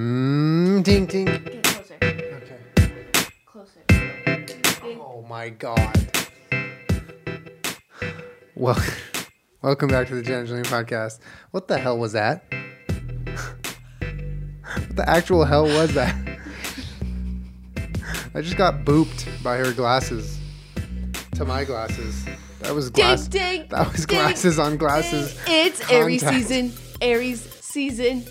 Mm, ding ding. Get closer. Okay. Closer. Oh my god. Well, welcome back to the Jen and Jillian podcast. What the hell was that? what the actual hell was that? I just got booped by her glasses. To my glasses. That was glass. ding, that was ding, glasses on glasses. It's Aries Contact. season. Aries season.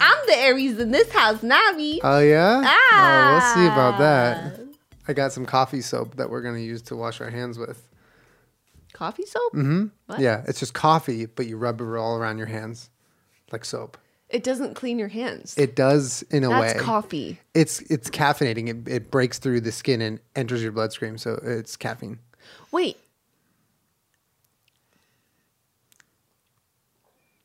I'm the Aries in this house, not me. Oh yeah. Oh, we'll see about Ah. that. I got some coffee soap that we're gonna use to wash our hands with. Coffee soap? hmm What? Yeah, it's just coffee, but you rub it all around your hands like soap. It doesn't clean your hands. It does in a That's way. coffee. it's it's caffeinating. It, it breaks through the skin and enters your bloodstream, so it's caffeine. Wait,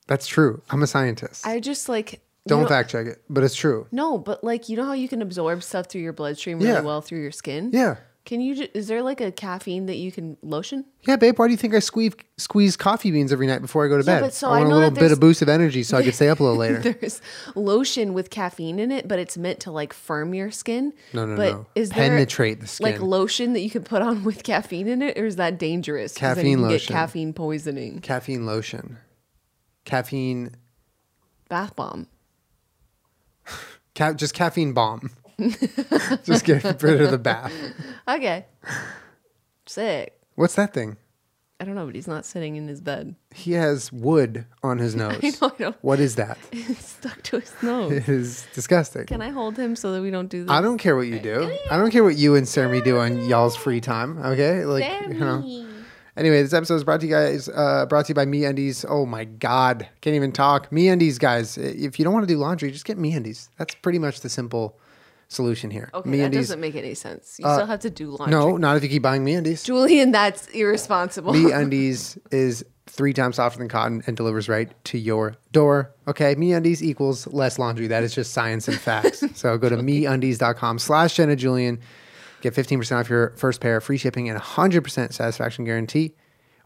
That's true. I'm a scientist. I just like you Don't know- fact check it, but it's true. No, but like you know how you can absorb stuff through your bloodstream really Yeah. well through your skin. Yeah. Can you? ju- Is there like a caffeine that you can lotion? Yeah, babe. Why do you think I squeeze squeeze coffee beans every night before I go to Yeah, bed? but so I I want a know little that bit there's- of boost of energy so I could stay up a little later. There's lotion with caffeine in it, but it's meant to like firm your skin. No, no, but no. Is Penetrate there, the Like skin. lotion that you can put on with caffeine in it, or is that dangerous? 'Cause then you Caffeine can lotion. Get caffeine poisoning. Caffeine lotion, caffeine, Bath bomb. ca- just caffeine bomb. just get rid of the bath. Okay. Sick. What's that thing? I don't know, but he's not sitting in his bed. He has wood on his nose. know, I know. What is that? It's stuck to his nose. It is disgusting. can I hold him so that we don't do this? I don't care what you do. I don't care what you and Sammy do on y'all's free time. Okay, like you know. Anyway, this episode is brought to you guys, uh, brought to you by Me Undies. Oh my God, can't even talk. Me Undies, guys. If you don't want to do laundry, just get Me Undies. That's pretty much the simple solution here. Okay, that MeUndies- doesn't make any sense. You still have to do Uh, laundry. No, not if you keep buying Me Undies. Julian, that's irresponsible. Me uh, Undies is three times softer than cotton and delivers right to your door. Okay, Me Undies equals less laundry. That is just science and facts. so go to MeUndies.com slash Jenna Julian. Get 15% off your first pair, free shipping, and 100% satisfaction guarantee.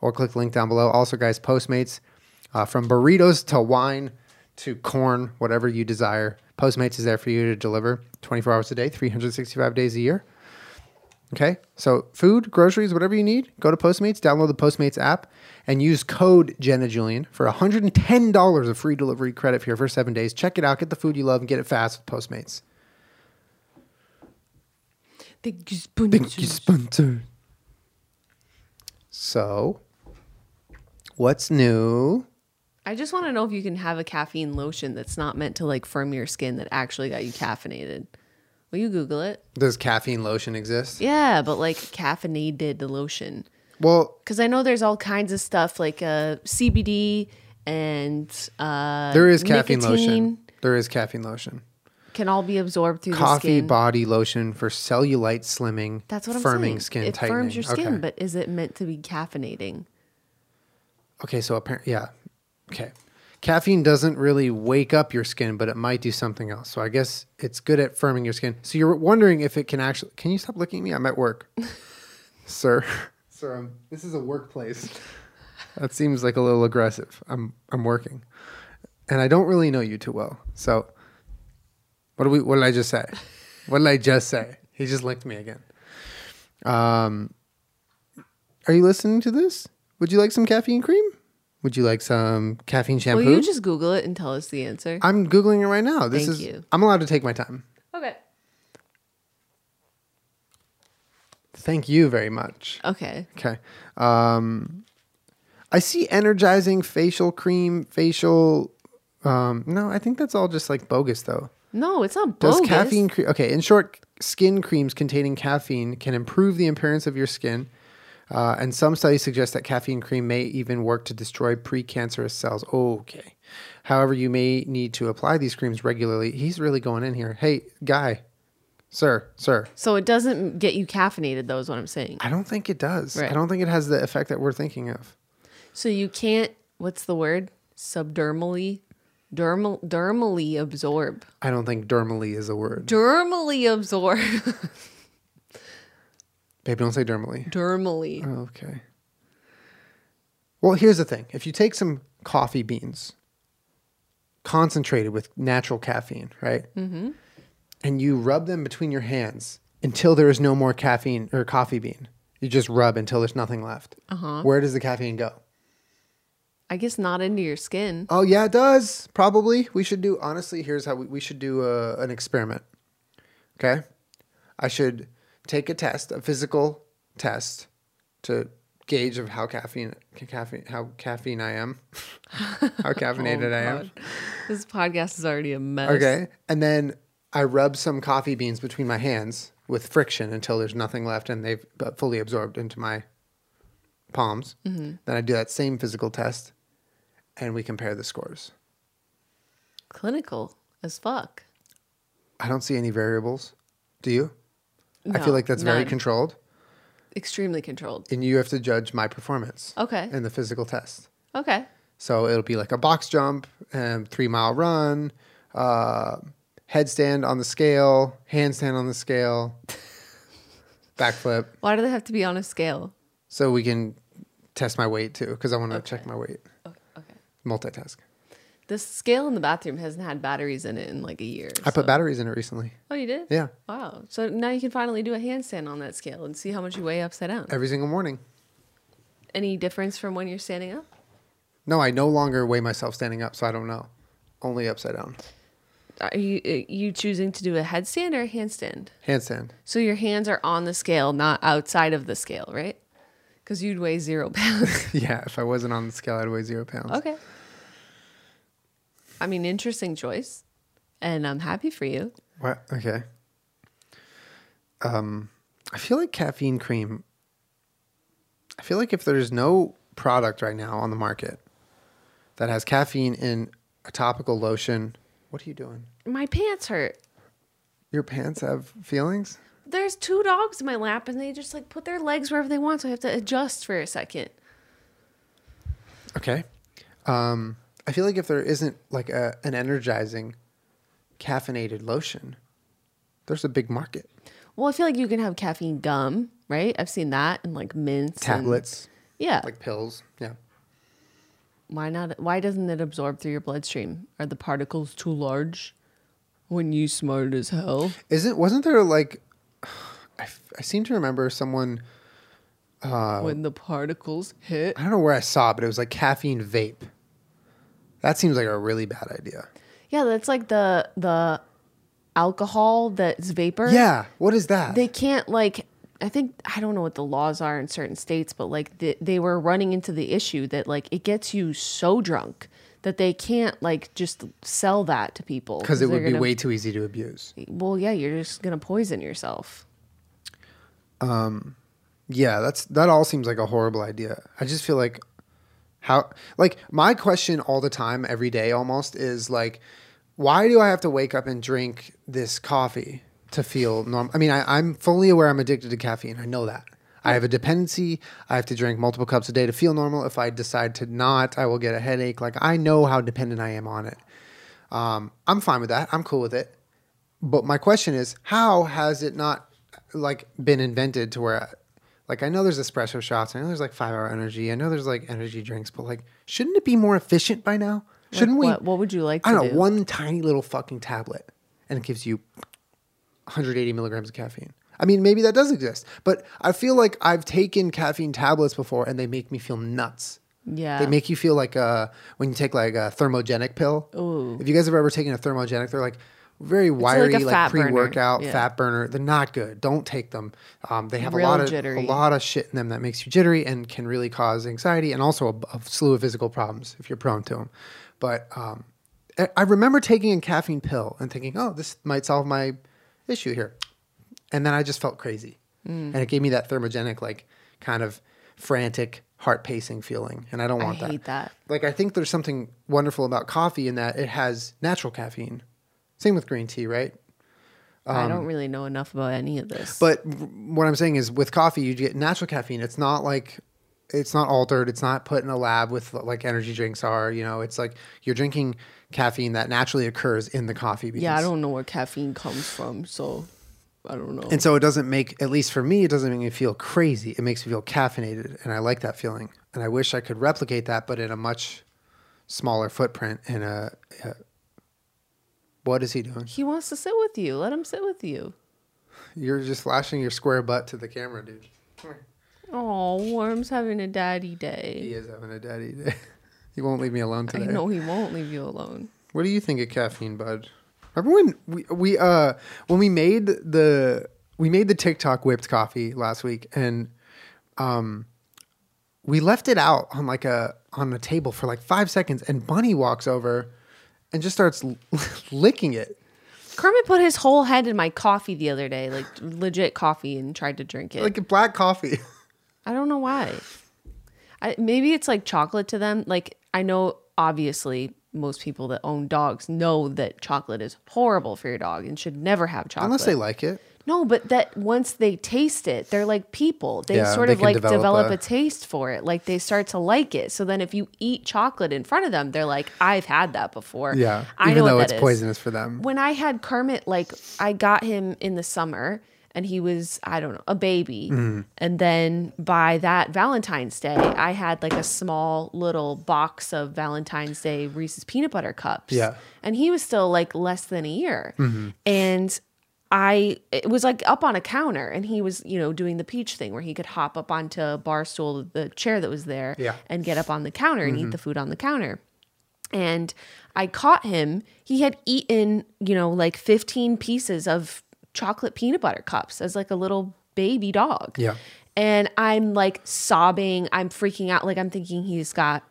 Or click the link down below. Also, guys, Postmates, uh, from burritos to wine to corn, whatever you desire. Postmates is there for you to deliver 24 hours a day, 365 days a year. Okay. So food, groceries, whatever you need, go to Postmates, download the Postmates app, and use code Jenna Julian for $110 of free delivery credit for your first seven days. Check it out. Get the food you love and get it fast with Postmates. Thank you, Spoon. Thank you, sponsor. So, what's new? I just want to know if you can have a caffeine lotion that's not meant to like firm your skin that actually got you caffeinated. Will you Google it? Does caffeine lotion exist? Yeah, but like caffeinated lotion. Well, Because I know there's all kinds of stuff like uh, CBD and uh, there is caffeine lotion. nicotine There is caffeine lotion. Can all be absorbed through the Coffee skin. body lotion for cellulite slimming, That's what I'm firming saying. skin it tightening. firms your skin, Okay. but is it meant to be caffeinating? Okay, so apparently, yeah. Okay. Caffeine doesn't really wake up your skin, but it might do something else. So I guess it's good at firming your skin. So you're wondering if it can actually. Can you stop looking at me? I'm at work, sir. Sir, um, this is a workplace. That seems like a little aggressive. I'm I'm working, and I don't really know you too well. So, what do we? What did I just say? What did I just say? He just licked me again. Um, Are you listening to this? Would you like some caffeine cream? Would you like some caffeine shampoo? Will you just Google it and tell us the answer? I'm googling it right now. This Thank is you. I'm allowed to take my time. Okay. Thank you very much. Okay. Okay. Um I see energizing facial cream, facial um no, I think that's all just like bogus though. No, it's not Does bogus. caffeine cre- Okay, in short, skin creams containing caffeine can improve the appearance of your skin. Uh, and some studies suggest that caffeine cream may even work to destroy precancerous cells. Okay. However, you may need to apply these creams regularly. He's really going in here. Hey, guy, sir, sir. So it doesn't get you caffeinated, though, is what I'm saying. I don't think it does. Right. I don't think it has the effect that we're thinking of. So you can't, what's the word? Subdermally? Dermal, dermally absorb. I don't think dermally is a word. Dermally absorb. Babe, don't say dermally. dermally. Okay. Well, here's the thing. If you take some coffee beans concentrated with natural caffeine, right? Mm-hmm. And you rub them between your hands until there is no more caffeine or coffee bean. You just rub until there's nothing left. Uh-huh. Where does the caffeine go? I guess not into your skin. Oh yeah, it does. Probably we should do. Honestly, here's how we, we should do a, an experiment. Okay, I should take a test, a physical test, to gauge of how caffeine, ca- caffeine, how caffeine I am, how caffeinated I am. This podcast is already a mess. Okay, and then I rub some coffee beans between my hands with friction until there's nothing left, and they've uh, fully absorbed into my palms. Then I do that same physical test, and we compare the scores. Clinical as fuck. I don't see any variables. Do you? I feel like that's very none. controlled, Extremely controlled. and you have to judge my performance. Okay. In the physical test, Okay. so it'll be like a box jump, and three mile run, uh, headstand on the scale, handstand on the scale, backflip. Why do they have to be on a scale? So we can test my weight too, because I want to check my weight. Okay. okay. Multitask. The scale in the bathroom hasn't had batteries in it in like a year. I put batteries in it recently. oh, you did? Yeah, Wow. So now you can finally do a handstand on that scale and see how much you weigh upside down. every single morning. Any difference from when you're standing up? No, I no longer weigh myself standing up, so I don't know. Only upside down. Are you uh, you choosing to do a headstand or a handstand? Handstand. So your hands are on the scale, not outside of the scale, right? Because you'd weigh zero pounds. Yeah, if I wasn't on the scale, I'd weigh zero pounds. okay. I mean, interesting choice, and I'm happy for you. What? Okay. Um, I feel like caffeine cream. I feel like if there's no product right now on the market that has caffeine in a topical lotion, what are you doing? My pants hurt. Your pants have feelings? There's two dogs in my lap, and they just like put their legs wherever they want, so I have to adjust for a second. Okay. Um, I feel like if there isn't like a, an energizing caffeinated lotion, there's a big market. Well, I feel like you can have caffeine gum, right? I've seen that and like mints, and- Tablets, yeah. like pills. Yeah. why not? Why doesn't it absorb through your bloodstream? Are the particles too large? When you smart as hell. Isn't wasn't there like I, f- I seem to remember someone Oh. when the particles hit. I don't know where I saw it, but it was like caffeine vape. That seems like a really bad idea. Yeah, that's like the the alcohol that's vapor. Yeah, what is that? They can't like I think I don't know what the laws are in certain states, but like the, they were running into the issue that like it gets you so drunk that they can't like just sell that to people Because it they're would be gonna- way too easy to abuse. Well, yeah, you're just gonna poison yourself. Yeah, that's that all seems like a horrible idea. I just feel like how like my question all the time every day almost is like why do I have to wake up and drink this coffee to feel normal? I mean, I, I'm fully aware I'm addicted to caffeine. I know that. I have a dependency. I have to drink multiple cups a day to feel normal. If I decide to not, I will get a headache. Like I know how dependent I am on it. Um, I'm fine with that. I'm cool with it. But my question is, how has it not like been invented to where, like, I know there's espresso shots. I know there's like five hour energy. I know there's like energy drinks. But like, shouldn't it be more efficient by now? Shouldn't we? what- what would you like I to don't know. do? One tiny little fucking tablet, and it gives you 180 milligrams of caffeine. I mean, maybe that does exist, but I feel like I've taken caffeine tablets before, and they make me feel nuts. Yeah. They make you feel like uh, when you take like a thermogenic pill. Ooh. If you guys have ever taken a thermogenic, they're like very wiry, like, fat burner. pre-workout Yeah. fat burner. They're not good. Don't take them. Um, they have Real a lot of jittery. a lot of shit in them that makes you jittery and can really cause anxiety and also a, a slew of physical problems if you're prone to them. But um, I- I remember taking a caffeine pill and thinking, oh, this might solve my issue here, and then I just felt crazy, Mm. and it gave me that thermogenic like kind of frantic heart pacing feeling, and I don't I want hate that. like I think there's something wonderful about coffee in that it has natural caffeine. Same with green tea, right? Um, I don't really know enough about any of this. But r- what I'm saying is with coffee you get natural caffeine. It's not like it's not altered, it's not put in a lab with like energy drinks are, you know, it's like you're drinking caffeine that naturally occurs in the coffee beans. yeah, I don't know where caffeine comes from, so I don't know. And so it doesn't make, at least for me, it doesn't make me feel crazy. It makes me feel caffeinated, and I like that feeling. And I wish I could replicate that, but in a much smaller footprint and a, a What is he doing? He wants to sit with you. Let him sit with you. You're just lashing your square butt to the camera, dude. Oh, Worm's having a daddy day. He is having a daddy day. he won't leave me alone I today. know he won't leave you alone. What do you think of caffeine, bud? Remember when we, we uh when we made the we made the TikTok whipped coffee last week and um we left it out on like a on a table for like five seconds and Bunny walks over and just starts l- licking it. Kermit put his whole head in my coffee the other day, like legit coffee, and tried to drink it. Like black coffee. I don't know why. I, maybe it's like chocolate to them. Like I know, obviously, most people that own dogs know that chocolate is horrible for your dog and should never have chocolate. Unless they like it. no, but that once they taste it, they're like people. They Yeah, sort they of can like develop develop, a- a taste for it. Like they start to like it. So then, if you eat chocolate in front of them, they're like, "I've had that before." Yeah. I even know though what it's that is poisonous for them. when I had Kermit, like I got him in the summer and he was, I don't know, a baby. Mm-hmm. And then by that Valentine's Day, I had like a small little box of Valentine's Day Reese's peanut butter cups. Yeah. Mm-hmm. And he was still like less than a year. And I it was like up on a counter and he was, you know, doing the peach thing where he could hop up onto a bar stool, the chair that was there, Yeah. Mm-hmm. and get up on the counter and eat the food on the counter and I caught him. He had eaten, you know, like 15 pieces of chocolate peanut butter cups as like a little baby dog. Yeah. And I'm like sobbing. I'm freaking out. Like I'm thinking he's got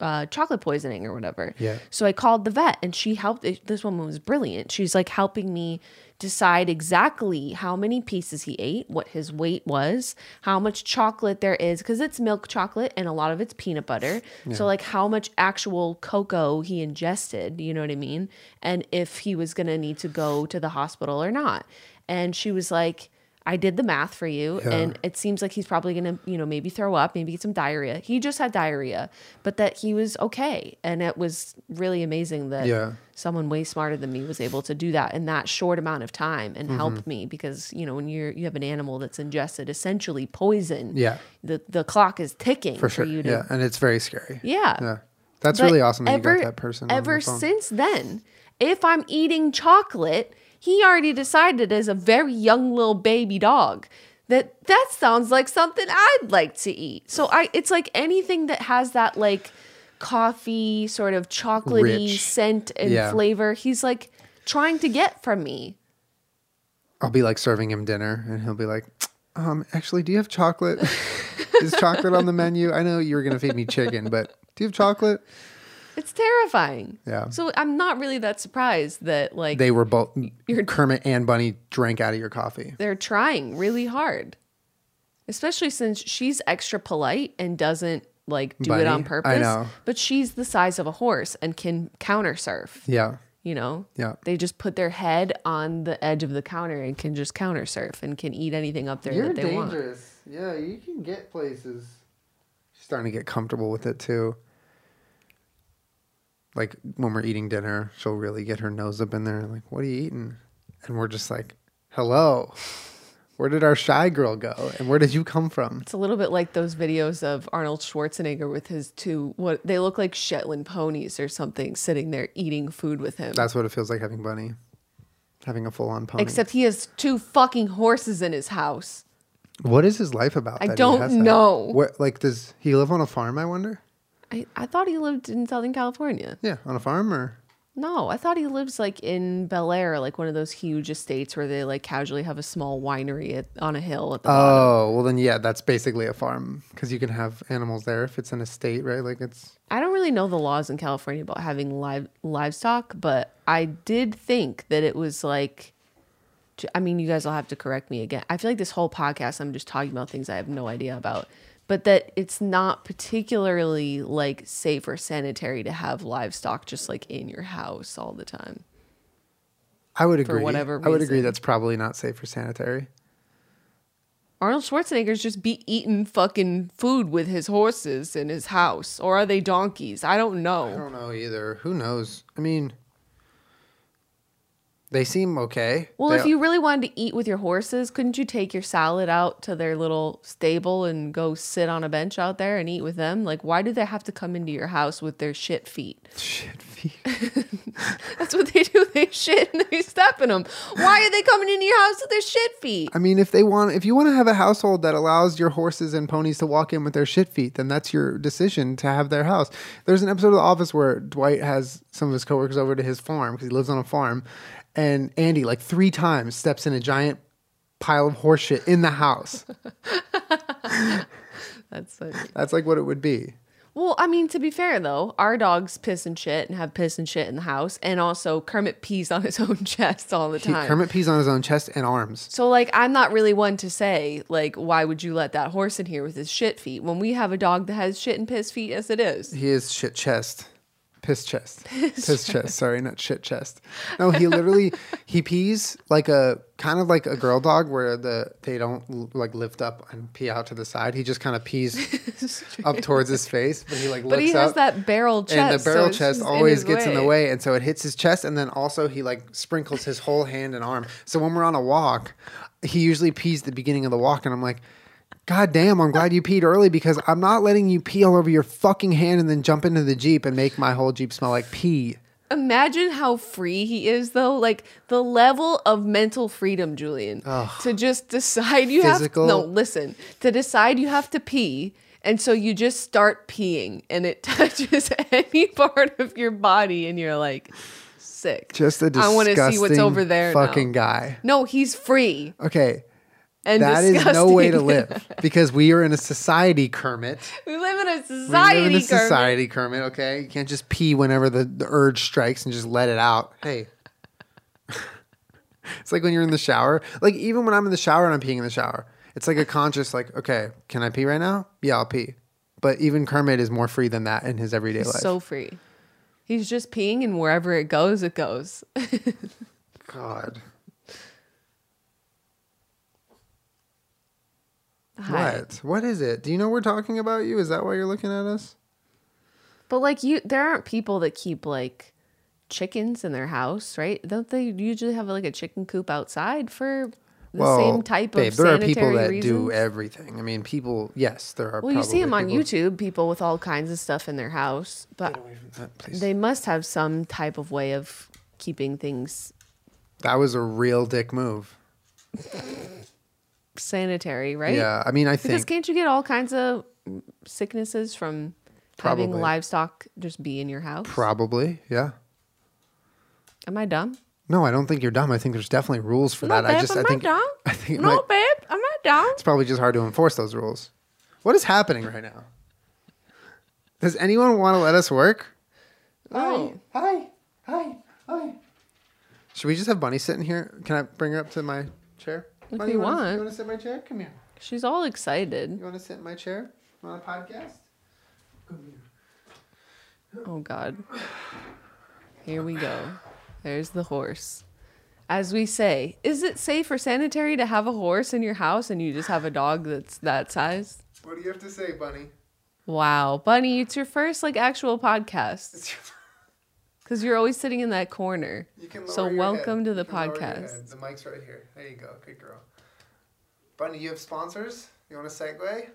uh, chocolate poisoning or whatever. Yeah. So I called the vet and she helped. This woman was brilliant. She's like helping me decide exactly how many pieces he ate, what his weight was, how much chocolate there is, because it's milk chocolate and a lot of it's peanut butter. So, like, how much actual cocoa he ingested, you know what I mean? And if he was going to need to go to the hospital or not. And she was like, I did the math for you, and it seems like he's probably gonna, you know, maybe throw up, maybe get some diarrhea. He just had diarrhea, but that he was okay, and it was really amazing that Yeah. someone way smarter than me was able to do that in that short amount of time and Mm-hmm. helped me because you know when you're you have an animal that's ingested essentially poison, Yeah. the the clock is ticking for, For sure. you to yeah. And it's very scary. yeah. Yeah. That's But really awesome that ever- you got that person. on Ever the phone. since then, if I'm eating chocolate, he already decided as a very young little baby dog that that sounds like something I'd like to eat. So I, it's like anything that has that like coffee sort of chocolatey Rich. scent and Yeah. flavor. He's like trying to get from me. I'll be like serving him dinner, and he'll be like, um, "Actually, do you have chocolate? Is chocolate on the menu? I know you were gonna feed me chicken, but do you have chocolate?" It's terrifying. Yeah. So I'm not really that surprised that like They were both You're- Kermit and Bunny drank out of your coffee. they're trying really hard especially since she's extra polite and doesn't like do it Bunny? I on purpose know. but she's the size of a horse and can counter surf Yeah, you know Yeah. they just put their head on the edge of the counter and can just counter surf and can eat anything up there that they want Yeah, you can get places. She's starting to get comfortable with it too. Like when we're eating dinner, she'll really get her nose up in there and like, "What are you eating?" And we're just like, "Hello." Where did our shy girl go? And where did you come from? it's a little bit like those videos of Arnold Schwarzenegger with his two what they look like Shetland ponies or something sitting there eating food with him. That's what it feels like having bunny, having a full on pony. Except he has two fucking horses in his house. what is his life about? I that he don't has that? know. What like does he live on a farm? I wonder. I, I thought he lived in Southern California. Yeah, on a farm or No, I thought he lives like in Bel Air, like one of those huge estates where they like casually have a small winery at, on a hill at the oh bottom. well then yeah that's basically a farm because you can have animals there if it's an estate right like it's I don't really know the laws in California about having live livestock, but I did think that it was like. j- I mean, you guys will have to correct me again. I feel like this whole podcast, I'm just talking about things I have no idea about, but that it's not particularly like safe or sanitary to have livestock just like in your house all the time. I would agree whatever I would agree reason. that's probably not safe or sanitary. Arnold Schwarzenegger's just be eating fucking food with his horses in his house, or are they donkeys? I don't I know. don't know either. Who knows? I mean, They seem okay. Well, They- if you really wanted to eat with your horses, couldn't you take your salad out to their little stable and go sit on a bench out there and eat with them? Like, why do they have to come into your house with their shit feet? shit feet. That's what they do. They shit and they step in them. Why are they coming into your house with their shit feet? I mean, if they want, if you want to have a household that allows your horses and ponies to walk in with their shit feet, then that's your decision to have their house. There's an episode of The Office where Dwight has some of his coworkers over to his farm because he lives on a farm, and Andy like three times steps in a giant pile of horse shit in the house. That's funny. that's like what it would be. Well, I mean, to be fair though, our dogs piss and shit and have piss and shit in the house, and also Kermit pees on his own chest all the He, time. Kermit pees on his own chest and arms. So like I'm not really one to say like why would you let that horse in here with his shit feet when we have a dog that has shit and piss feet as it is. He is shit chest. Piss chest. Piss, chest. Sorry, not shit chest. No, he literally he pees like a kind of like a girl dog where the they don't l- like lift up and pee out to the side. He just kind of pees up towards his face, but he like but looks he has up. that barrel chest. and the so barrel it's chest just always his gets in the way and so it hits his chest and then also he like sprinkles his whole hand and arm so when we're on a walk he usually pees the beginning of the walk and i'm like god damn i'm glad you peed early because i'm not letting you pee all over your fucking hand and then jump into the jeep and make my whole jeep smell like pee Imagine how free he is though. Like the level of mental freedom, Julian, to just decide you Physical- have no listen to decide you have to pee. And so you just start peeing and it touches any part of your body and you're like sick. just a I disgusting wanna see what's over there now. fucking guy No, he's free. okay and that is disgusting. no way to live because we are in a society kermit we live in a We live society, in a Kermit. society, Kermit. Okay, you can't just pee whenever the, the urge strikes and just let it out. Hey, it's like when you're in the shower. Like even when I'm in the shower and I'm peeing in the shower, it's like a conscious, like, okay, can I pee right now? Yeah, I'll pee. But even Kermit is more free than that in his everyday He's life. so free. He's just peeing, and wherever it goes, it goes. God, Hi. what? What is it? Do you know we're talking about you? Is that why you're looking at us? But like you, there aren't people that keep like chickens in their house, right? Don't they usually have like a chicken coop outside for the same type babe, of there are sanitary people that reasons? do everything. I mean, people. Yes, there are. well, you see them on probably people- YouTube, people with all kinds of stuff in their house, but Away from that, please. they must have some type of way of keeping things That was a real dick move. sanitary, right? Yeah, I mean, I Because think can't you get all kinds of sicknesses from Probably. having livestock just be in your house? probably, yeah. Am I dumb? No, I don't think you're dumb. I think there's definitely rules for No, that. babe, I just, am I I think, dumb? I think it no, might- babe, am I dumb? it's probably just hard to enforce those rules. What is happening right now? Does anyone want to let us work? No. hi, hi, hi. Should we just have Bunny sitting here? Can I bring her up to my chair? If Bunny, you wanna- want. You want to sit in my chair? Come here. She's all You excited. want to sit in my chair? You want a podcast? Come here. Oh God. Here we go. There's the horse. As we say, is it safe or sanitary to have a horse in your house and you just have a dog that's that size? What do you have to say, Bunny? Wow, Bunny, it's your first like actual podcast It's your because you're always sitting in that corner. You can So lower your head. welcome to You the can lower your podcast. head. The mic's right here. There you go. Good girl. Bunny, you have sponsors? You want a segue?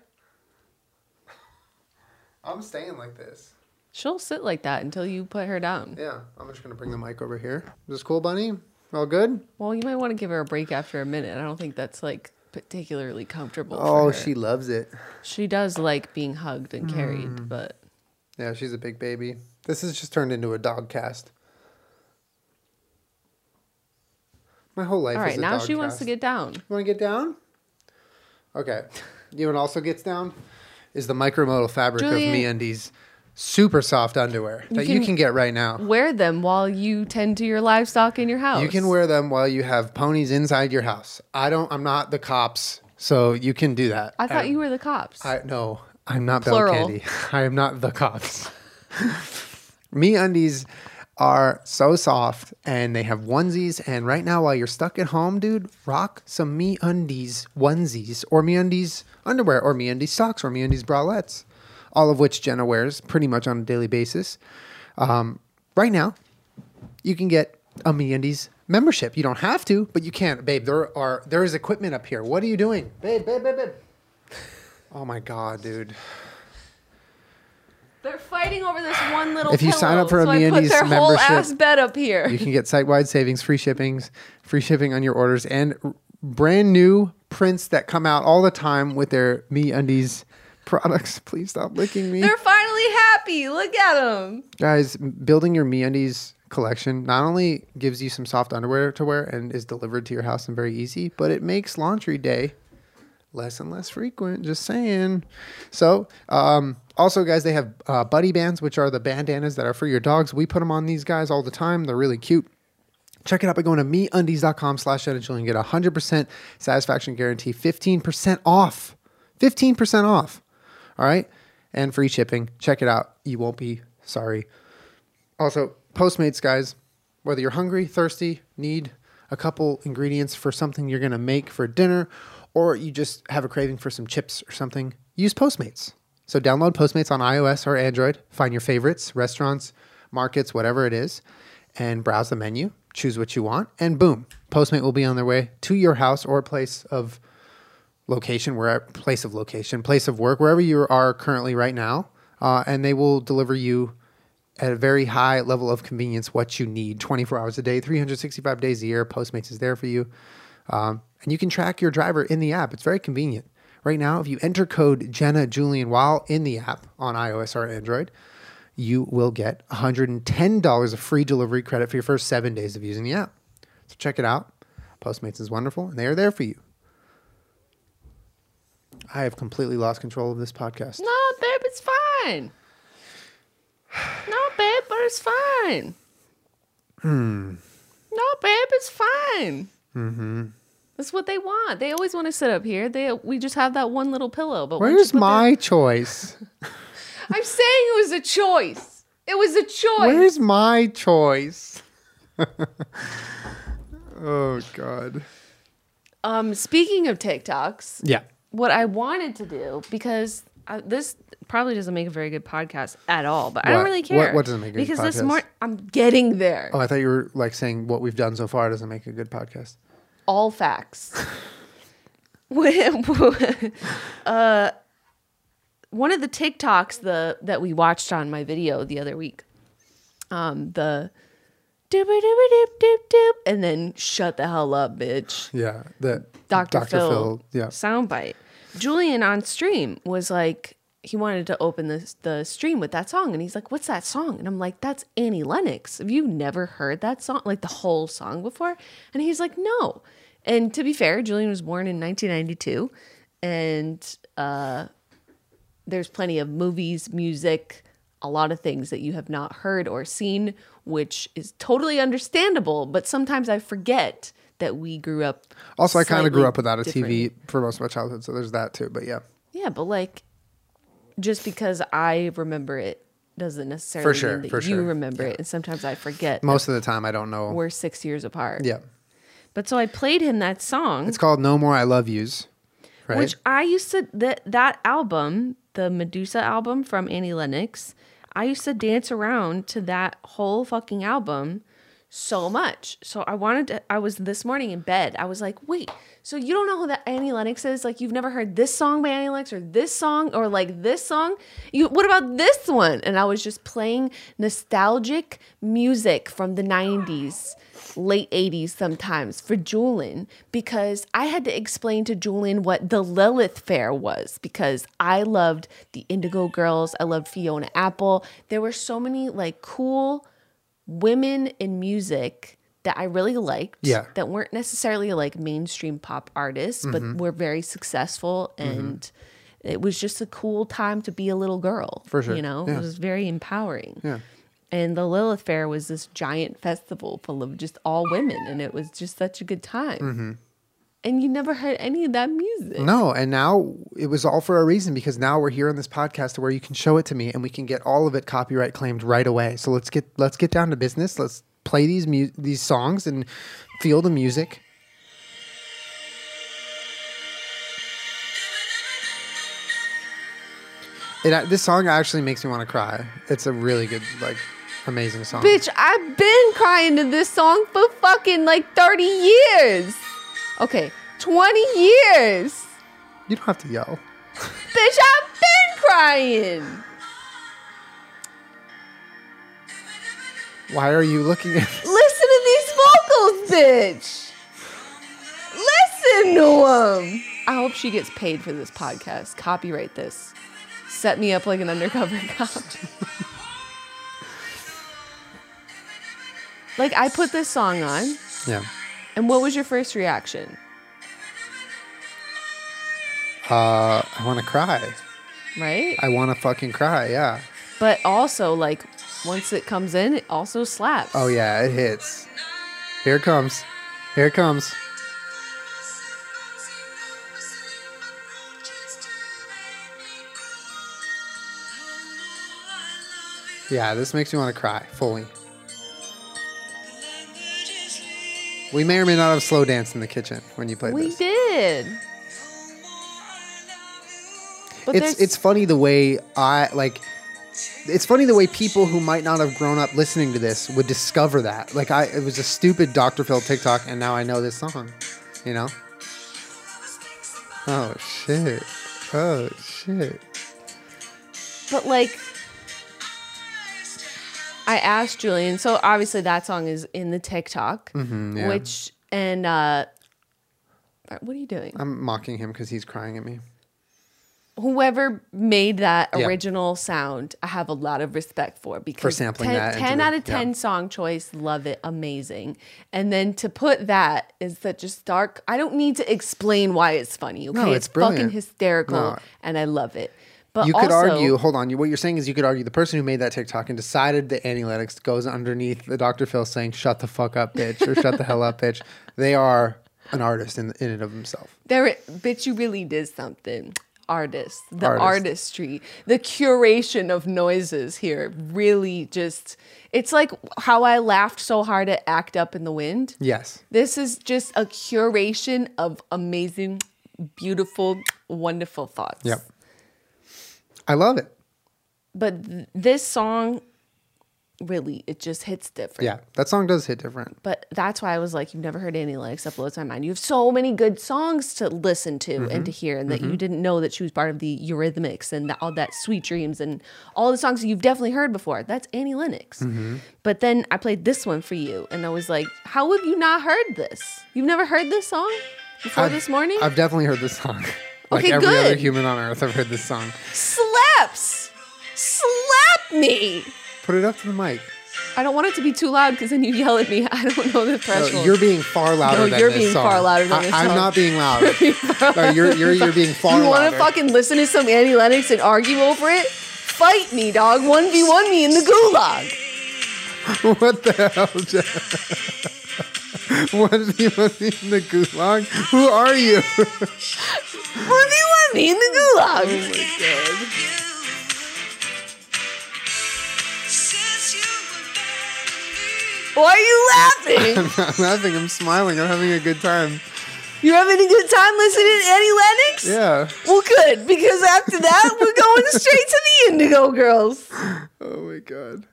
I'm staying like this. She'll sit like that until you put her down. Yeah, I'm just gonna bring the mic over here. Is this cool, Bunny? All good? Well, you might want to give her a break after a minute. I don't think that's like particularly comfortable. Oh, for her. she loves it. she does like being hugged and carried, Hmm. but Yeah, she's a big baby. This has just turned into a dog cast. My whole life. all is right, a now dog she wants cast. to get down. You want to get down? Okay. You know what also gets down is the micromodal fabric Julian- of MeUndies super soft underwear that you can- can get right now. Wear them while you tend to your livestock in your house. You can wear them while you have ponies inside your house. I don't. I'm not the cops, so you can do that. I thought you were the cops. I no, I'm not Bell Plural. Candy. I am not the cops. Me undies are so soft and they have onesies and right now while you're stuck at home, dude, rock some me undies onesies or me undies underwear or me undies socks or me undies bralettes. All of which Jenna wears pretty much on a daily basis. Um, right now, you can get a MeUndies membership. You don't have to, but you can, babe. There are there is equipment up here. What are you doing, babe? Babe, babe, babe. Oh my god, dude. They're fighting over this one little. If you sign up for a pillow, so I put MeUndies their whole membership- ass bed up here. You can get site-wide savings, free shippings, free shipping on your orders, and r- brand new prints that come out all the time with their Me Undies products. Please stop licking me, They're finally happy. Look at them. guys. m- Building your Me Undies collection not only gives you some soft underwear to wear and is delivered to your house and very easy, but it makes laundry day less and less frequent. Just saying. So, um, also, guys, they have uh, buddy bands, which are the bandanas that are for your dogs. We put them on these guys all the time. They're really cute. Check it out by going to meundies.com slash Jenna Jill and get a 100% satisfaction guarantee, 15% off. 15% off. All right. And free shipping. Check it out. You won't be sorry. Also, Postmates, guys, whether you're hungry, thirsty, need a couple ingredients for something you're going to make for dinner, or you just have a craving for some chips or something, use Postmates. So download Postmates on iOS or Android, find your favorites, restaurants, markets, whatever it is, and browse the menu, choose what you want, and boom, Postmate will be on their way to your house or place of location, where place of location, place of work, wherever you are currently right now, uh, and they will deliver you at a very high level of convenience what you need 24 hours a day, 365 days a year. Postmates is there for you, um, and you can track your driver in the app. It's very convenient. Right now, if you enter code Jenna Julian while in the app on iOS or Android, you will get $110 of free delivery credit for your first seven days of using the app. So check it out. Postmates is wonderful, and they are there for you. I have completely lost control of this podcast. No, babe, it's fine. No, babe, but it's fine. Hmm. No, babe, it's fine. Mm-hmm. That's what they want. They always want to sit up here. They we just have that one little pillow. But once you Where's put that- my choice? I'm saying it was a choice. It was a choice. Where's my choice? oh God. Um, speaking of TikToks, Yeah. what I wanted to do because I, this probably doesn't make a very good podcast at all, but I What? don't really care. What- what doesn't make a good because this podcast? morning I'm getting there. Oh, I thought you were like saying what we've done so far doesn't make a good podcast. all facts. When- uh, one of the TikToks the that we watched on my video the other week, um, the doop doop doop doop doop, and then shut the hell up, bitch. Yeah. The Dr. Phil, Yeah. soundbite. Julian on stream was like he wanted to open the the stream with that song, and he's like, "What's that song?" And I'm like, "That's Annie Lennox. Have you never heard that song, like the whole song before?" And he's like, "No." And to be fair, Julian was born in 1992, and uh, there's plenty of movies, music, a lot of things that you have not heard or seen, which is totally understandable. But sometimes I forget that we grew up. Also, I kind slightly of grew up without a different. TV for most of my childhood, so there's that too. But yeah, Yeah, but like, just because I remember it doesn't necessarily For sure, mean that for you sure. remember it. And sometimes I forget. most of the time I don't know. We're six years apart. Yeah. But so I played him that song, It's called No More I Love Yous. Right. which I used to that that album, the Medusa album from Annie Lennox. I used to dance around to that whole fucking album so much. So I wanted to. I was this morning in bed. I was like, wait. So you don't know who that Annie Lennox is? Like you've never heard this song by Annie Lennox or this song or like this song? You what about this one? And I was just playing nostalgic music from the '90s, late '80s sometimes for Julian because I had to explain to Julian what the Lilith Fair was because I loved the Indigo Girls. I loved Fiona Apple. There were so many like cool women in music that I really liked Yeah. that weren't necessarily like mainstream pop artists, Mm-hmm. but were very successful and it was just a cool time to be a little girl. For sure. You know, Yeah. it was very empowering. Yeah. And the Lilith Fair was this giant festival full of just all women and it was just such a good time. Mm-hmm. And you never heard any of that music. No, and now it was all for a reason because now we're here on this podcast to where you can show it to me and we can get all of it copyright claimed right away. So let's get let's get down to business. Let's play these mu- these songs and feel the music. It, uh, this song actually makes me want to cry. It's a really good like Amazing song. Bitch, I've been crying to this song for fucking like 30 years. Okay, 20 years. You don't have to yell. Bitch, I've been crying. Why are you looking at this? Listen to these vocals, bitch. Listen to them. I hope she gets paid for this podcast. Copyright this. Set me up like an undercover cop. like, I put this song on, Yeah. and what was your first reaction? Uh, I want to cry. Right? I want to fucking cry. Yeah. But also, like, once it comes in, it also slaps. Oh yeah, it hits. Here it comes. Here it comes. Yeah, this makes me want to cry fully. We may or may not have slow dance in the kitchen when you play We this. did. But it's there's- it's funny the way I like. It's funny the way people who might not have grown up listening to this would discover that. Like I, it was a stupid Dr. Phil TikTok, and now I know this song. You know? Oh shit! Oh shit! but like I asked Julian, so obviously that song is in the TikTok, Mm-hmm, yeah. which and uh what are you doing? I'm mocking him because he's crying at me. Whoever made that Yeah. original sound, I have a lot of respect for because sampling 10, that into 10 the- out of 10 yeah. song choice, love it, amazing. And then to put that is that just dark. I don't need to explain why it's funny, okay? it's brilliant. fucking hysterical No. and I love it. But you also, could argue. Hold on. you- What you're saying is you could argue the person who made that TikTok and decided the analytics goes underneath the Dr. Phil saying "Shut the fuck up, bitch" or "Shut the hell up, bitch." They are an artist in in and of themselves. There, bitch, you really did something. Artist, the Artist. artistry, the curation of noises here really just, it's like how I laughed so hard at Act Up in the Wind. Yes. This is just a curation of amazing, beautiful, wonderful thoughts. Yep. I love it. But th- this song, really, it just hits different. Yeah, that song does hit different. But that's why I was like, you've never heard Annie Lennox that blows my mind. You have so many good songs to listen to Mm-hmm. and to hear, and that you didn't know that she was part of the Eurythmics and the, all that Sweet Dreams and all the songs that you've definitely heard before. That's Annie Lennox. Mm-hmm. But then I played this one for you, and I was like, how have you not heard this? You've never heard this song before I've- this morning? I've definitely heard this song. like Okay, every other good. human on earth, I've heard this song. Slaps! Slap me! Put it up to the mic. I don't want it to be too loud because then you yell at me. I don't know the No, threshold. you're being far louder No, than you're this being song. far louder than this I, song. I'm not being loud. no, you're, you're, you're being far You want louder. to fucking listen to some Annie Lennox and argue over it? Fight me, dog. 1v1 me in the gulag. what the hell, Jeff? What is he was he in the gulag? Who are you? 1v1 me in the gulag. Oh Why are you laughing? I'm laughing. I'm smiling. I'm having a good time. You're having a good time listening to Annie Lennox? Yeah. Well, good, because after that, we're going straight to the Indigo Girls. Oh my god.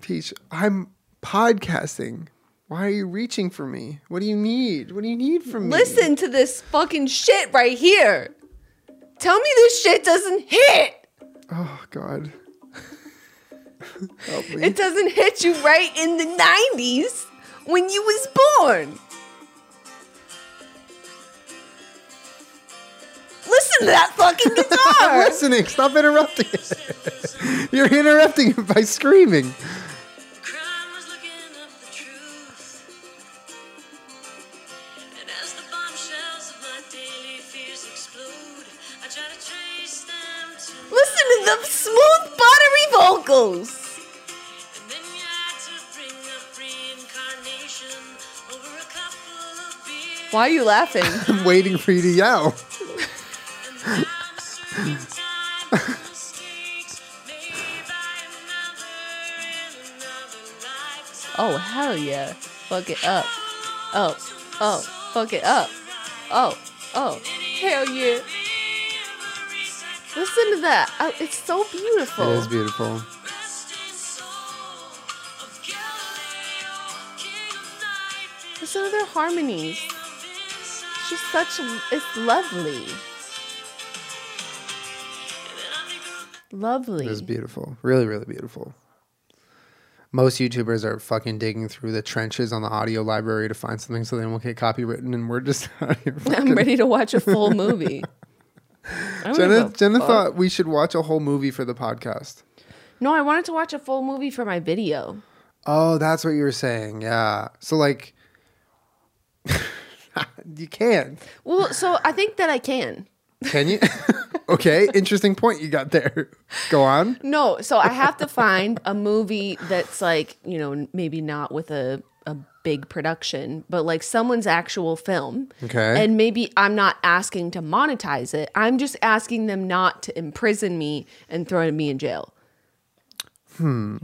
Peach, I'm podcasting. Why are you reaching for me? What do you need? What do you need from me? Listen to this fucking shit right here. Tell me this shit doesn't hit. Oh god. Help me. It doesn't hit you right in the 90s when you was born. Listen to that fucking Ah, I'm guitar. listening. Stop interrupting it. You're interrupting it by screaming. Crime was looking up the truth. And as the bombshells of my daily fears explode, I try to trace them to. Listen to the smooth, buttery vocals. And then you had to bring up reincarnation over a couple of beers. Why are you laughing? I'm waiting for you to yell. And I'm certain time mistakes made by another in another lifetime. Oh, hell yeah. Fuck it up. Oh, oh, fuck it up. Oh, oh, hell yeah. Listen to that. Oh, it's so beautiful. It is beautiful. Rest in Listen to their harmonies. It's just such, it's lovely. Lovely. It was beautiful. Really, really beautiful. Most YouTubers are fucking digging through the trenches on the audio library to find something so they won't get copywritten, and we're just out here. I'm fucking- ready to watch a full movie. I don't give Jenna, a Jenna fuck. thought we should watch a whole movie for the podcast. No, I wanted to watch a full movie for my video. Oh, that's what you were saying. Yeah. So, like, you can. Well, so I think that I can. Can you? okay. Interesting point you got there. Go on. No, so I have to find a movie that's like, you know, maybe not with a, a big production, but like someone's actual film. Okay. And maybe I'm not asking to monetize it. I'm just asking them not to imprison me and throw me in jail.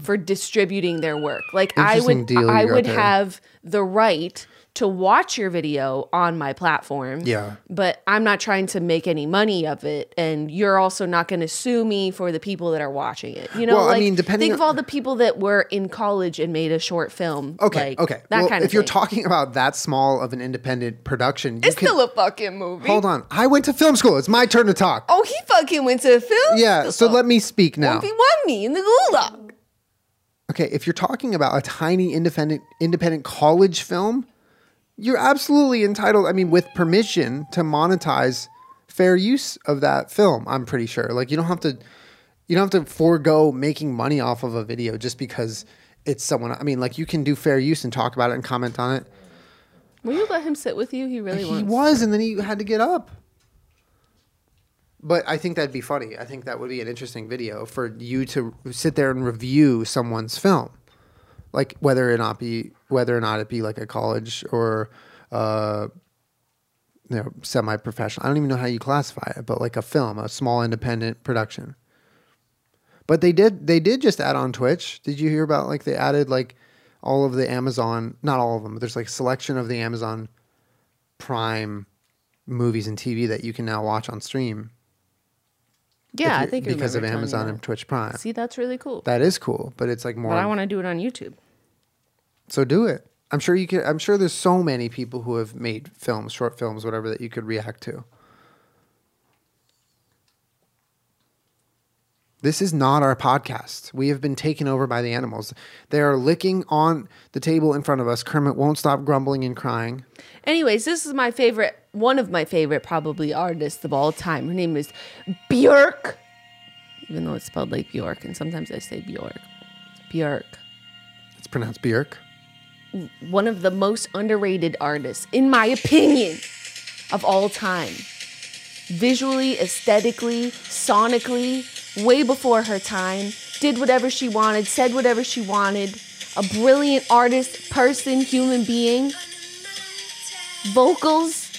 For distributing their work. Like I Hmm. Interesting would deal I you got would there. have the right to watch your video on my platform. Yeah. But I'm not trying to make any money of it. And you're also not going to sue me for the people that are watching it. You know, Well, I like, mean, depending think of on- all the people that were in college and made a short film. Okay. like, okay. That well, kind of if you're thing. talking about that small of an independent production, you it's can- still a fucking movie. hold on. I went to film school. It's my turn to talk. Oh, he fucking went to the film. Oh, yeah. So let me speak now. He won me in the gulag. Okay, if you're talking about a tiny independent independent college film, you're absolutely entitled, I mean, with permission to monetize fair use of that film, I'm pretty sure. Like you don't have to you don't have to forego making money off of a video just because it's someone I mean, like you can do fair use and talk about it and comment on it. Will you let him sit with you? He really He wants. was and then he had to get up. But I think that'd be funny. I think that would be an interesting video for you to sit there and review someone's film, like whether or not be whether or not it be like a college or uh, you know semi-professional. I don't even know how you classify it, but like a film, a small independent production. But they did they did just add on Twitch. Did you hear about like they added like all of the Amazon, not all of them, but there's like a selection of the Amazon Prime movies and TV that you can now watch on stream. if Yeah, I you- think I because of remember telling you Amazon that. and Twitch Prime. See, that's really cool. That is cool, but it's like more. but I want to do it on YouTube. so do it. I'm sure you could. I'm sure there's so many people who have made films, short films, whatever that you could react to. This is not our podcast. We have been taken over by the animals. They are licking on the table in front of us. Kermit won't stop grumbling and crying. Anyways, this is my favorite, one of my favorite, probably artists of all time. Her name is Bjork, even though it's spelled like Bjork, and sometimes I say Bjork. Bjork, It's pronounced Bjork. one of the most underrated artists, in my opinion, of all time. Visually, aesthetically, sonically, way before her time, did whatever she wanted, said whatever she wanted. A brilliant artist, person, human being. vocals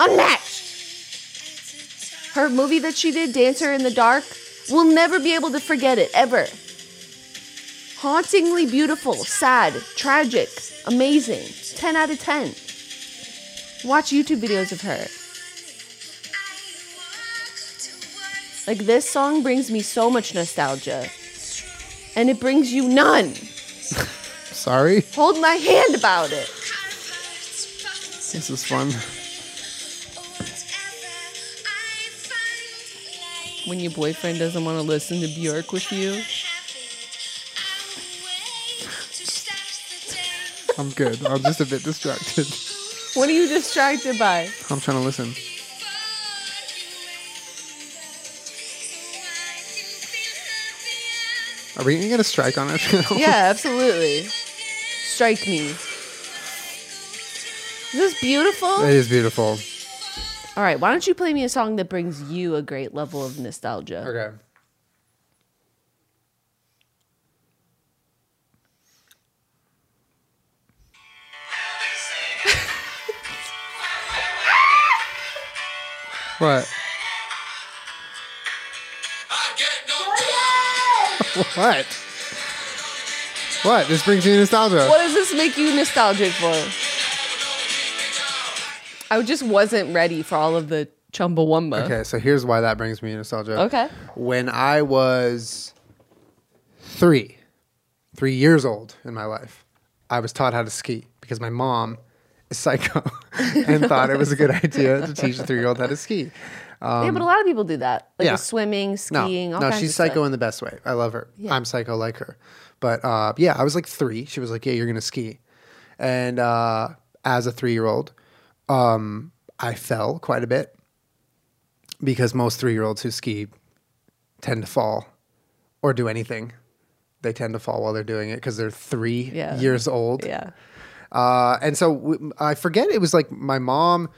unmatched. Her movie that she did, Dancer in the Dark, will never be able to forget it ever. Hauntingly beautiful, sad, tragic, amazing. 10 out of 10. Watch YouTube videos of her. Like this song brings me so much nostalgia. And it brings you none. Sorry. Hold my hand about it. This is fun. When your boyfriend doesn't want to listen to Bjork with you. I'm good. I'm just a bit distracted. What are you distracted by? I'm trying to listen. Are we gonna get a strike on our channel? Yeah, absolutely. Strike me. Is this beautiful? It is beautiful. All right, why don't you play me a song that brings you a great level of nostalgia? Okay. What? What? What? This brings you nostalgia. What does this make you nostalgic for? I just wasn't ready for all of the Chumbawamba. Okay, so here's why that brings me nostalgia. Okay. When I was three, three years old in my life, I was taught how to ski because my mom is psycho and thought it was a good idea to teach a three year old how to ski. yeah, but a lot of people do that. Like Um, yeah. with swimming, skiing, no, all no, kinds she's of stuff. psycho in the best way. I love her. Yeah. I'm psycho like her. But uh, yeah, I was like three. She was like, "Yeah, you're gonna ski," and uh, as a three year old, um, I fell quite a bit because most three year olds who ski tend to fall or do anything. They tend to fall while they're doing it because they're three Yeah. years old. Yeah. Uh, and so w- I forget it was like my mom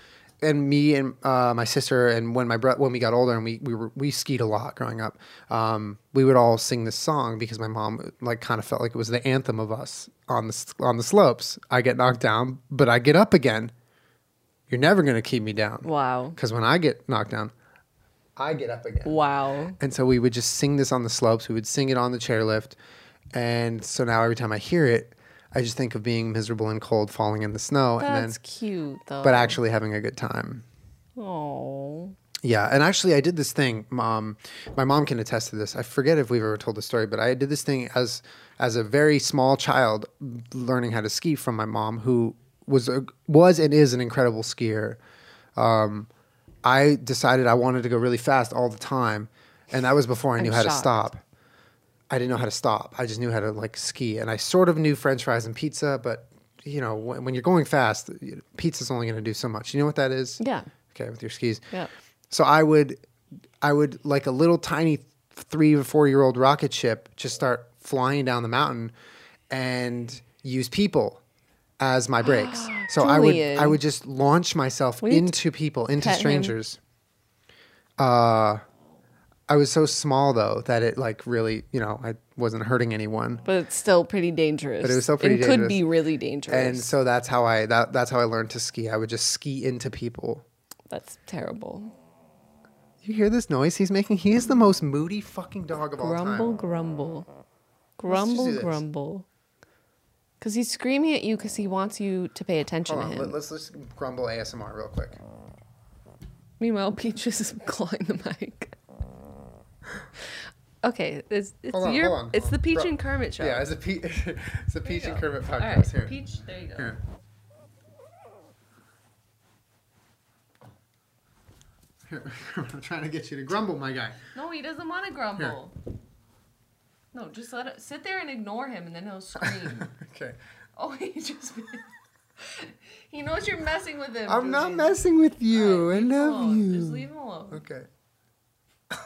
and me and uh, my sister and when my bro- when we got older and we we were, we skied a lot growing up. Um, we would all sing this song because my mom like kind of felt like it was the anthem of us on the s- on the slopes. I get knocked down, but I get up again. You're never gonna keep me down. Wow. Because when I get knocked down, I get up again. Wow. And so we would just sing this on the slopes. We would sing it on the chairlift. And so now every time I hear it, I just think of being miserable and cold, falling in the snow, and That's then cute though. but actually having a good time. oh. Yeah, and actually, I did this thing. Mom, my mom can attest to this. I forget if we've ever told the story, but I did this thing as as a very small child, learning how to ski from my mom, who was a, was and is an incredible skier. Um, I decided I wanted to go really fast all the time, and that was before I knew how to shocked. stop. I didn't know how to stop. I just knew how to like ski, and I sort of knew French fries and pizza, but you know, when, when you're going fast, pizza's only going to do so much. You know what that is? Yeah. Okay, with your skis. Yeah. So I would, I would like a little tiny three or four year old rocket ship just start flying down the mountain, and use people as my brakes. so I would, Julian. I would just launch myself need to into people, into pet him. strangers. Uh, I was so small though that it like really, you know, I wasn't hurting anyone. But it's still pretty dangerous. But it was still pretty It could dangerous. be really And dangerous. so that's how I that, that's how I learned to ski. I would just ski into people. That's terrible. You hear this noise he's making? He is the most moody fucking dog of all Grumble, time. grumble. just do Grumble, this. grumble. Because he's screaming at you because he wants you to pay attention Hold to on, him. let, us let's grumble ASMR real quick. Meanwhile, Peaches is clawing the mic. okay, it's, it's Hold on, your hold on. it's the Peach Bro- and Kermit show. Yeah, it's a pe- it's a Peach and Kermit All podcast right, here. Peach, there you go. Here. Here, I'm trying to get you to grumble, my guy. No, he doesn't want to grumble. No, just let it sit there and ignore him, and then he'll scream. Okay. oh, he just he knows you're messing with him. I'm not Julian. messing with you. All I right, leave him love alone. Just you. leave him alone. Okay.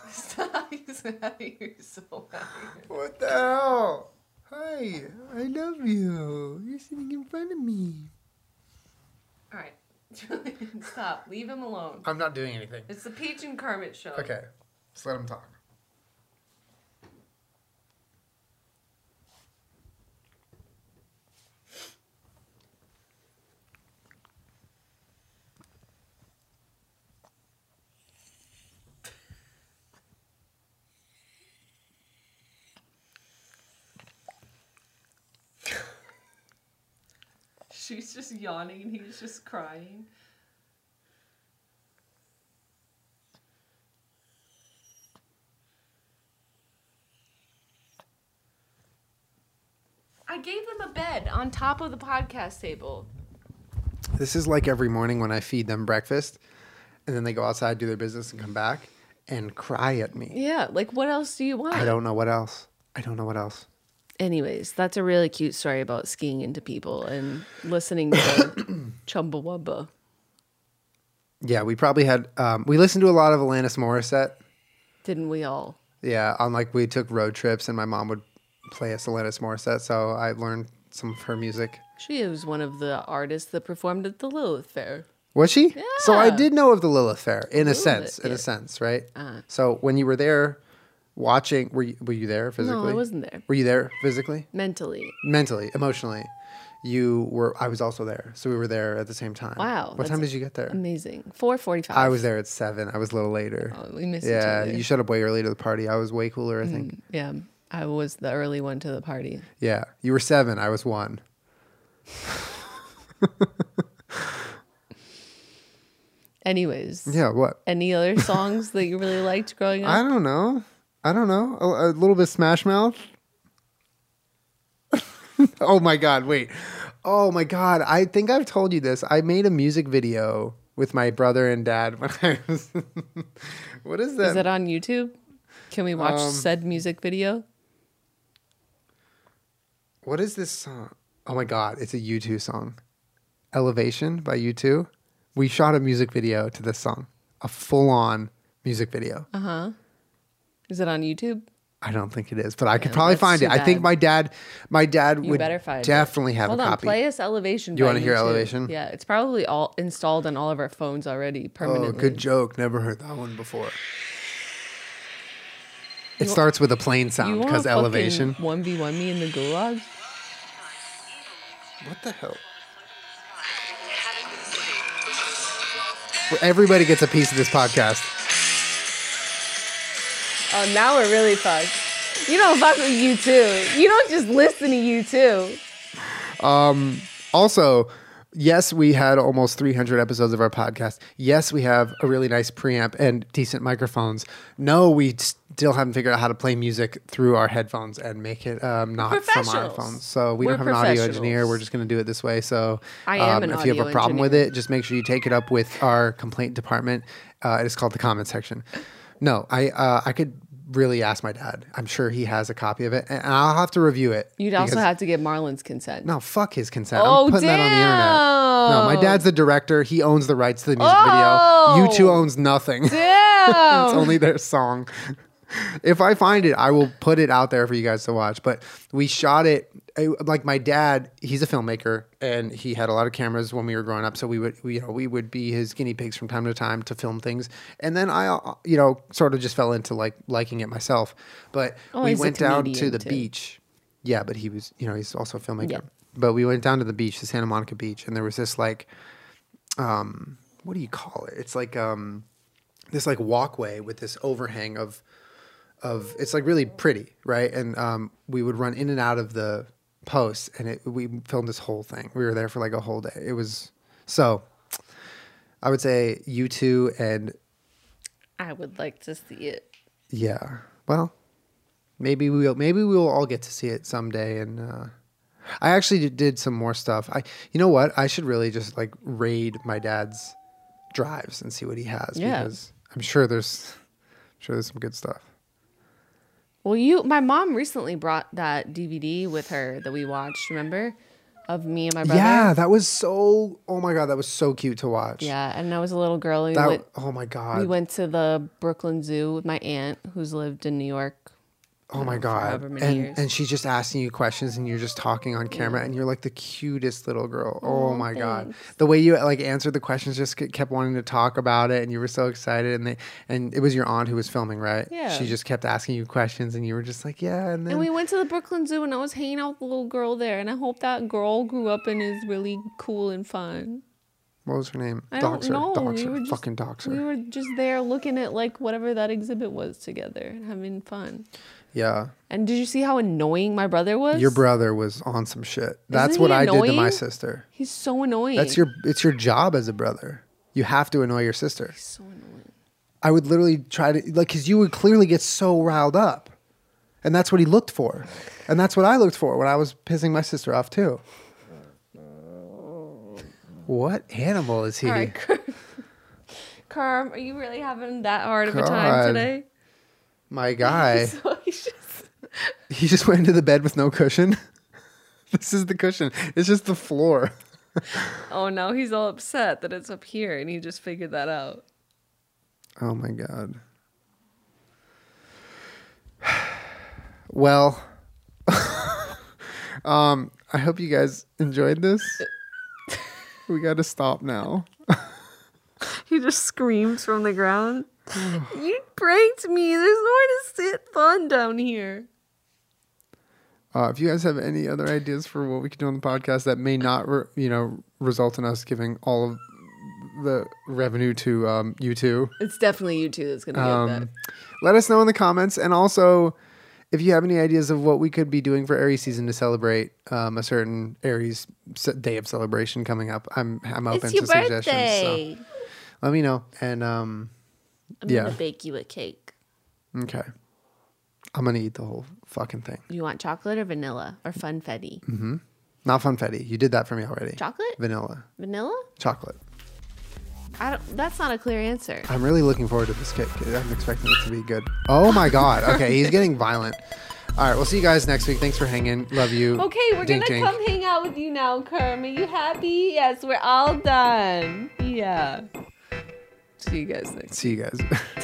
Stop! He's out of here. He's so out of here. What the hell? Hi, I love you. You're sitting in front of me. All right, Julian, stop. Leave him alone. I'm not doing anything. It's the Peach and Kermit show. Okay, just let him talk. She's just yawning and he's just crying. I gave them a bed on top of the podcast table. This is like every morning when I feed them breakfast, and then they go outside, do their business, and come back and cry at me. Yeah, like what else do you want? I don't know what else. I don't know what else. Anyways, that's a really cute story about skiing into people and listening to Chumbawamba. Yeah, we probably had. Um, we listened to a lot of Alanis Morissette. Didn't we all? Yeah, on like we took road trips, and my mom would play us Alanis Morissette, so I learned some of her music. She was one of the artists that performed at the Lilith Fair. Was she? So I Yeah. did know of the Lilith Fair in a Lilith, sense, in yeah. Uh. a sense, right? So when you were there watching, were you, were you there physically? wasn't there. Were you there physically? Mentally, Mentally, emotionally. You were, I was also there. So we were there at the same time. Wow, What that's time did you get there? amazing. Four forty-five. I was there at seven. I was a little later. Oh, we missed yeah, each other. Mm. you showed up way early to the party. I was way cooler, I think. yeah, I was the early one to the party. Yeah, you were seven. I was one. Anyways, Yeah, what? any other songs that you really liked growing I up? don't know. I don't know. A, a little bit Smash Mouth. oh my God! Wait, Oh my god, I think I've told you this. I made a music video with my brother and dad when I was What is that? Is it on YouTube? Can we Um, watch said music video? what is this song? Oh my god, it's a U2 song. Elevation by U2. We shot a music video to this song. A full-on music video. Uh-huh. Is it on YouTube? I don't think it is, but I could probably that's find too it. I think bad. my dad my dad You would better find it. definitely have Hold a on, copy. play us Elevation. Do you by wanna hear U2. Elevation? Yeah, it's probably all installed on all of our phones already Oh, permanently. good joke. Never heard that one before. It starts with a plane sound because elevation. One v one me in the gulag. What the hell? Where everybody gets a piece of this podcast. Oh, now we're really fucked. You don't fuck with you too. You don't just listen to you too. Also, yes, we had almost 300 episodes of our podcast. Yes, we have a really nice preamp and decent microphones. No, we still haven't figured out how to play music through our headphones and make it um, not from our Professionals. phones. So we We're don't have an audio engineer. professionals. We're just going to do it this way. So um, I am an if you have a audio problem with engineer. it, just make sure you take it up with our complaint department. Uh, it is called the comment section. No, I uh, I could really ask my dad. I'm sure he has a copy of it, and I'll have to review it. You'd because- also have to get Marlon's consent. no, fuck his consent. Oh, I'm putting that on the internet. No, my damn. dad's the director. He owns the rights to the music video. Oh. You two owns nothing. Damn. it's only their song. If I find it, I will put it out there for you guys to watch. But we shot it I- like my dad. He's a filmmaker, and he had a lot of cameras when we were growing up. So we would, we, you know, we would be his guinea pigs from time to time to film things. And then I, uh, you know, sort of just fell into like liking it myself. But Oh, we he's a went down to comedian, the too. beach. Yeah, but he was, you know, he's also a filmmaker. Yeah. But we went down to the beach, to Santa Monica Beach, and there was this like, um, what do you call it? It's like um, this like walkway with this overhang of of it's like really pretty, right? And um, we would run in and out of the posts, and it, we filmed this whole thing. We were there for like a whole day. It was so. I would say you two and I would like to see it. yeah. Well, maybe we'll maybe we will all get to see it someday. And uh, I actually did- did some more stuff. I you know what? I should really just like raid my dad's drives and see what he has Yeah. because I'm sure there's I'm sure there's some good stuff. Well, you, my mom recently brought that DVD with her that we watched. Remember, of me and my brother. Yeah, that was so. Oh my god, that was so cute to watch. Yeah, and I was a little girl. And we, That. went, oh my god. we went to the Brooklyn Zoo with my aunt, who's lived in New York. Oh my god! Mm, however And many years. and she's just asking you questions, and you're just talking on camera, and you're like the cutest little girl. Oh, my god! The way you like answered the questions, just ke- kept wanting to talk about it, and you were so excited, and they and it was your aunt who was filming, right? Yeah. She just kept asking you questions, and you were just like, yeah. And then And we went to the Brooklyn Zoo, and I was hanging out with a little girl there. And I hope that girl grew up and is really cool and fun. what was her name? I don't Doxer. know. Doxer. We were just, Fucking doxer. We were just there looking at like whatever that exhibit was together and having fun. yeah. And did you see how annoying my brother was? Your brother was on some shit. That's Isn't what he I did to my annoying? sister. He's so annoying. That's your. It's your job as a brother. You have to annoy your sister. So annoying. I would literally try to like because you would clearly get so riled up, and that's what he looked for, and that's what I looked for when I was pissing my sister off too. What animal is he? All right, Carm. Carm, are you really having that hard of a God. time today? My guy. So he's just- He just went into the bed with no cushion. this is the cushion. It's just the floor. oh, now he's all upset that it's up here, and he just figured that out. Oh my god. Well, um, I hope you guys enjoyed this. We got to stop now. He just screams from the ground. you pranked me. There's nowhere to sit fun down here. Uh, if you guys have any other ideas for what we could do on the podcast that may not, re- you know, result in us giving all of the revenue to um, you two, It's definitely you two that's gonna get that. um, let us know in the comments. And also, if you have any ideas of what we could be doing for Aries season to celebrate um, a certain Aries se- day of celebration coming up, I'm I'm open to suggestions. So let me know. And um, I'm yeah, gonna bake you a cake. okay, I'm gonna eat the whole fucking thing. Mm. You want chocolate or vanilla or funfetti? Not funfetti. You did that for me already. Chocolate? Vanilla. Vanilla? Chocolate. I don't, that's not a clear answer. I'm really looking forward to this cake. I'm expecting it to be good. Oh my god. Okay, he's getting violent. All right, we'll see you guys next week. Thanks for hanging. Love you. Okay, we're Dink gonna dink. come hang out with you now, Kerm. Are you happy? Yes, we're all done. Yeah. See you guys next. See you guys.